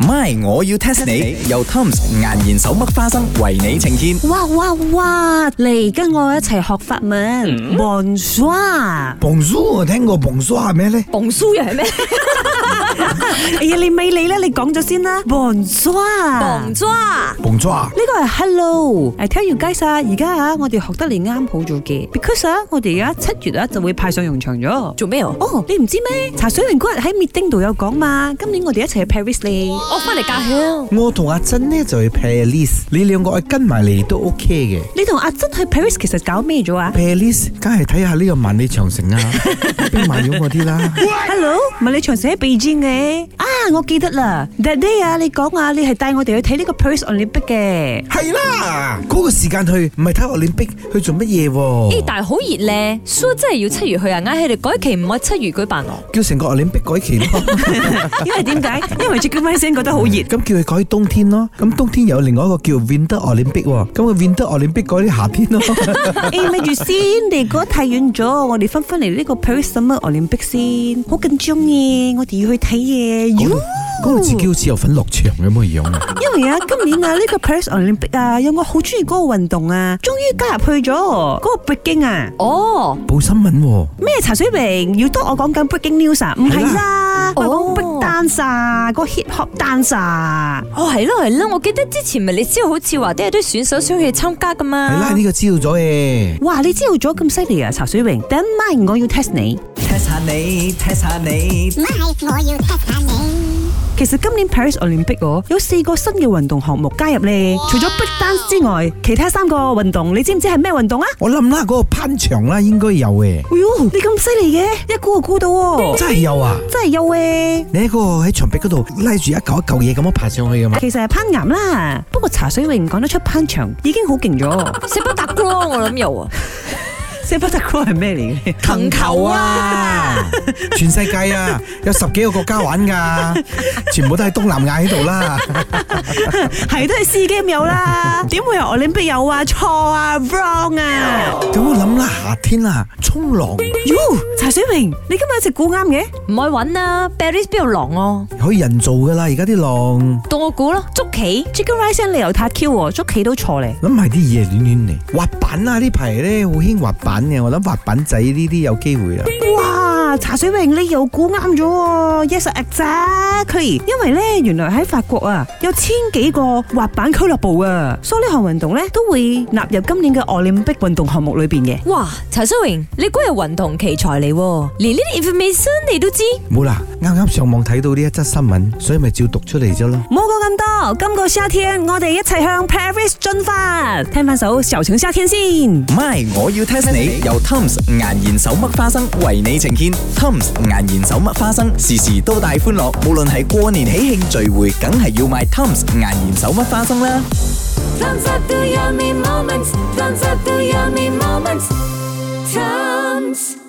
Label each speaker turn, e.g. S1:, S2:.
S1: My，我要 test 你。由 Tom's 颜然手剝花生為你呈現。
S2: 哇哇哇！嚟跟我一齊學法文，bonsoir。
S3: 蓬蘇我聽過，蓬蘇係咩咧？
S4: 蹦酥又係咩？
S2: 哎呀，你咪理啦，你講咗先啦，bonsoir。
S4: 蹦抓。
S3: 蓬蘇啊，
S2: 呢個係 hello。I tell you guys 啊，而家啊，我哋學得你啱好咗嘅，because 啊，我哋而家七月啊就會派上用場咗。
S4: 做咩哦？
S2: 哦，你唔知咩？茶水榮嗰日喺 meeting 度有講嘛，今年我哋一齊去 Paris 咧。
S4: 我翻嚟家鄉，
S3: 我同阿珍呢就去 Paris，你兩個跟埋嚟都 OK 嘅。
S2: 你同阿珍去 Paris 其實搞咩咗啊
S3: Paris 梗係睇下呢個萬里長 城啊，邊埋咗我啲啦。
S2: ？Hello，唔係你長城喺備戰嘅啊！我記得啦，that day 啊，你講啊，你係帶我哋去睇呢個 Paris Olympic 嘅。
S3: 係啦，嗰、個時間去唔係睇學練逼去做乜嘢
S4: 咦？
S3: 喎？
S4: 但係好熱咧，所以真係要七月去啊！嗌佢哋改期唔可以七月舉辦哦。
S3: 叫成個學練逼改期 咯，
S2: 因為點解？因為 j a c k m a n 覺得好 熱。
S3: 咁叫佢改冬天咯。咁冬天有另外一個叫 Winter Olympic 喎，咁個 Winter Olympic 改啲夏天咯。
S2: 誒，哎咪住先，你嗰太遠咗，我哋翻返嚟呢個 Paris Summer Olympic 先，好緊張嘅，我哋要去睇嘢。
S3: 嗰
S2: 喲
S3: 度嗰度自己好似有份落場咁嘅樣 啊！
S2: 因為啊，今年啊呢個 Paris Olympic 啊，有我好中意嗰個運動啊，終於加入去咗嗰個 breaking 啊，
S4: 哦，
S3: 報新聞喎、
S2: 咩茶水榮要多我講緊 breaking news 啊？唔係啦，我講
S4: 哦
S2: break dance 啊，嗰 hip hop dance 啊。
S4: 哦係咯係咯，我記得之前咪你知道好似話都有啲選手想去參加噶嘛。
S3: 係啦，呢、個知道咗嘅。
S2: 哇！你知道咗咁犀利啊，茶水榮，等一晚我要 test 你。
S1: test 下你，test 下你
S5: My，我要 test 下你。
S2: 其實今年 Paris Olympic 哦，有四個新嘅運動項目加入咧，除咗 break dance 之外，其他三個運動你知唔知係咩運動啊？
S3: 我諗啦，嗰、個攀牆啦，應該有嘅，
S2: 哎呦，你咁犀利嘅，一估就估到喎，
S3: 真係有啊！
S2: 真係有誒！
S3: 你喺嗰個喺牆壁嗰度拉住一嚿一嚿嘢咁樣爬上去噶嘛？
S2: 其實係攀岩啦，不過茶水榮講得出攀牆已經好勁 咗。
S4: 食不達哥咯，我諗有啊。
S2: 四不特哥係咩嚟嘅？
S3: 藤球啊！全世界啊，有十幾個國家玩噶， 全部都喺東南亞喺度啦。
S2: 係都係 C game 有 啦，點會有 Olympic 有啊？錯啊，wrong 啊！
S3: 咁我諗啦，夏天啦，沖浪
S2: 喲，茶水榮，你今日一直估啱嘅？
S4: 唔可以揾啦，Paris 邊有狼哦？
S3: 可以人造噶啦，而家啲浪
S4: 到我估咯，捉棋。
S2: Chicken Rice 你又太 Q 喎，捉棋都錯咧。
S3: 諗埋啲嘢亂亂嚟。滑板啊，呢排咧好興滑板嘅，我諗滑板仔呢啲有機會啊。
S2: 哇！茶水榮你又估啱咗喎，yes exactly。因為咧，原來喺法國啊，有千幾個滑板俱樂部啊，所以呢項運動咧都會納入今年嘅奧林匹克運動項目裏邊嘅。
S4: 哇，陳淑榮，你估係運動奇才嚟喎，連呢啲 information 你都知。
S3: 冇啦，啱啱上網睇到呢一則新聞，所以咪照讀出嚟啫咯。
S2: 冇講咁多，今個夏天我哋一齊向 Paris 進發。聽翻首《小情夏天》先。
S1: ，My，我要 test 你。由 Tom's 顏然手剝花生為你呈現。Tom's 顏然手剝花生，時時都帶歡樂。無論係過年喜慶聚會，梗係要買 Tom's 顏然手剝花生啦。
S6: Thumbs up to yummy moments. Thumbs up to yummy moments. Thumbs.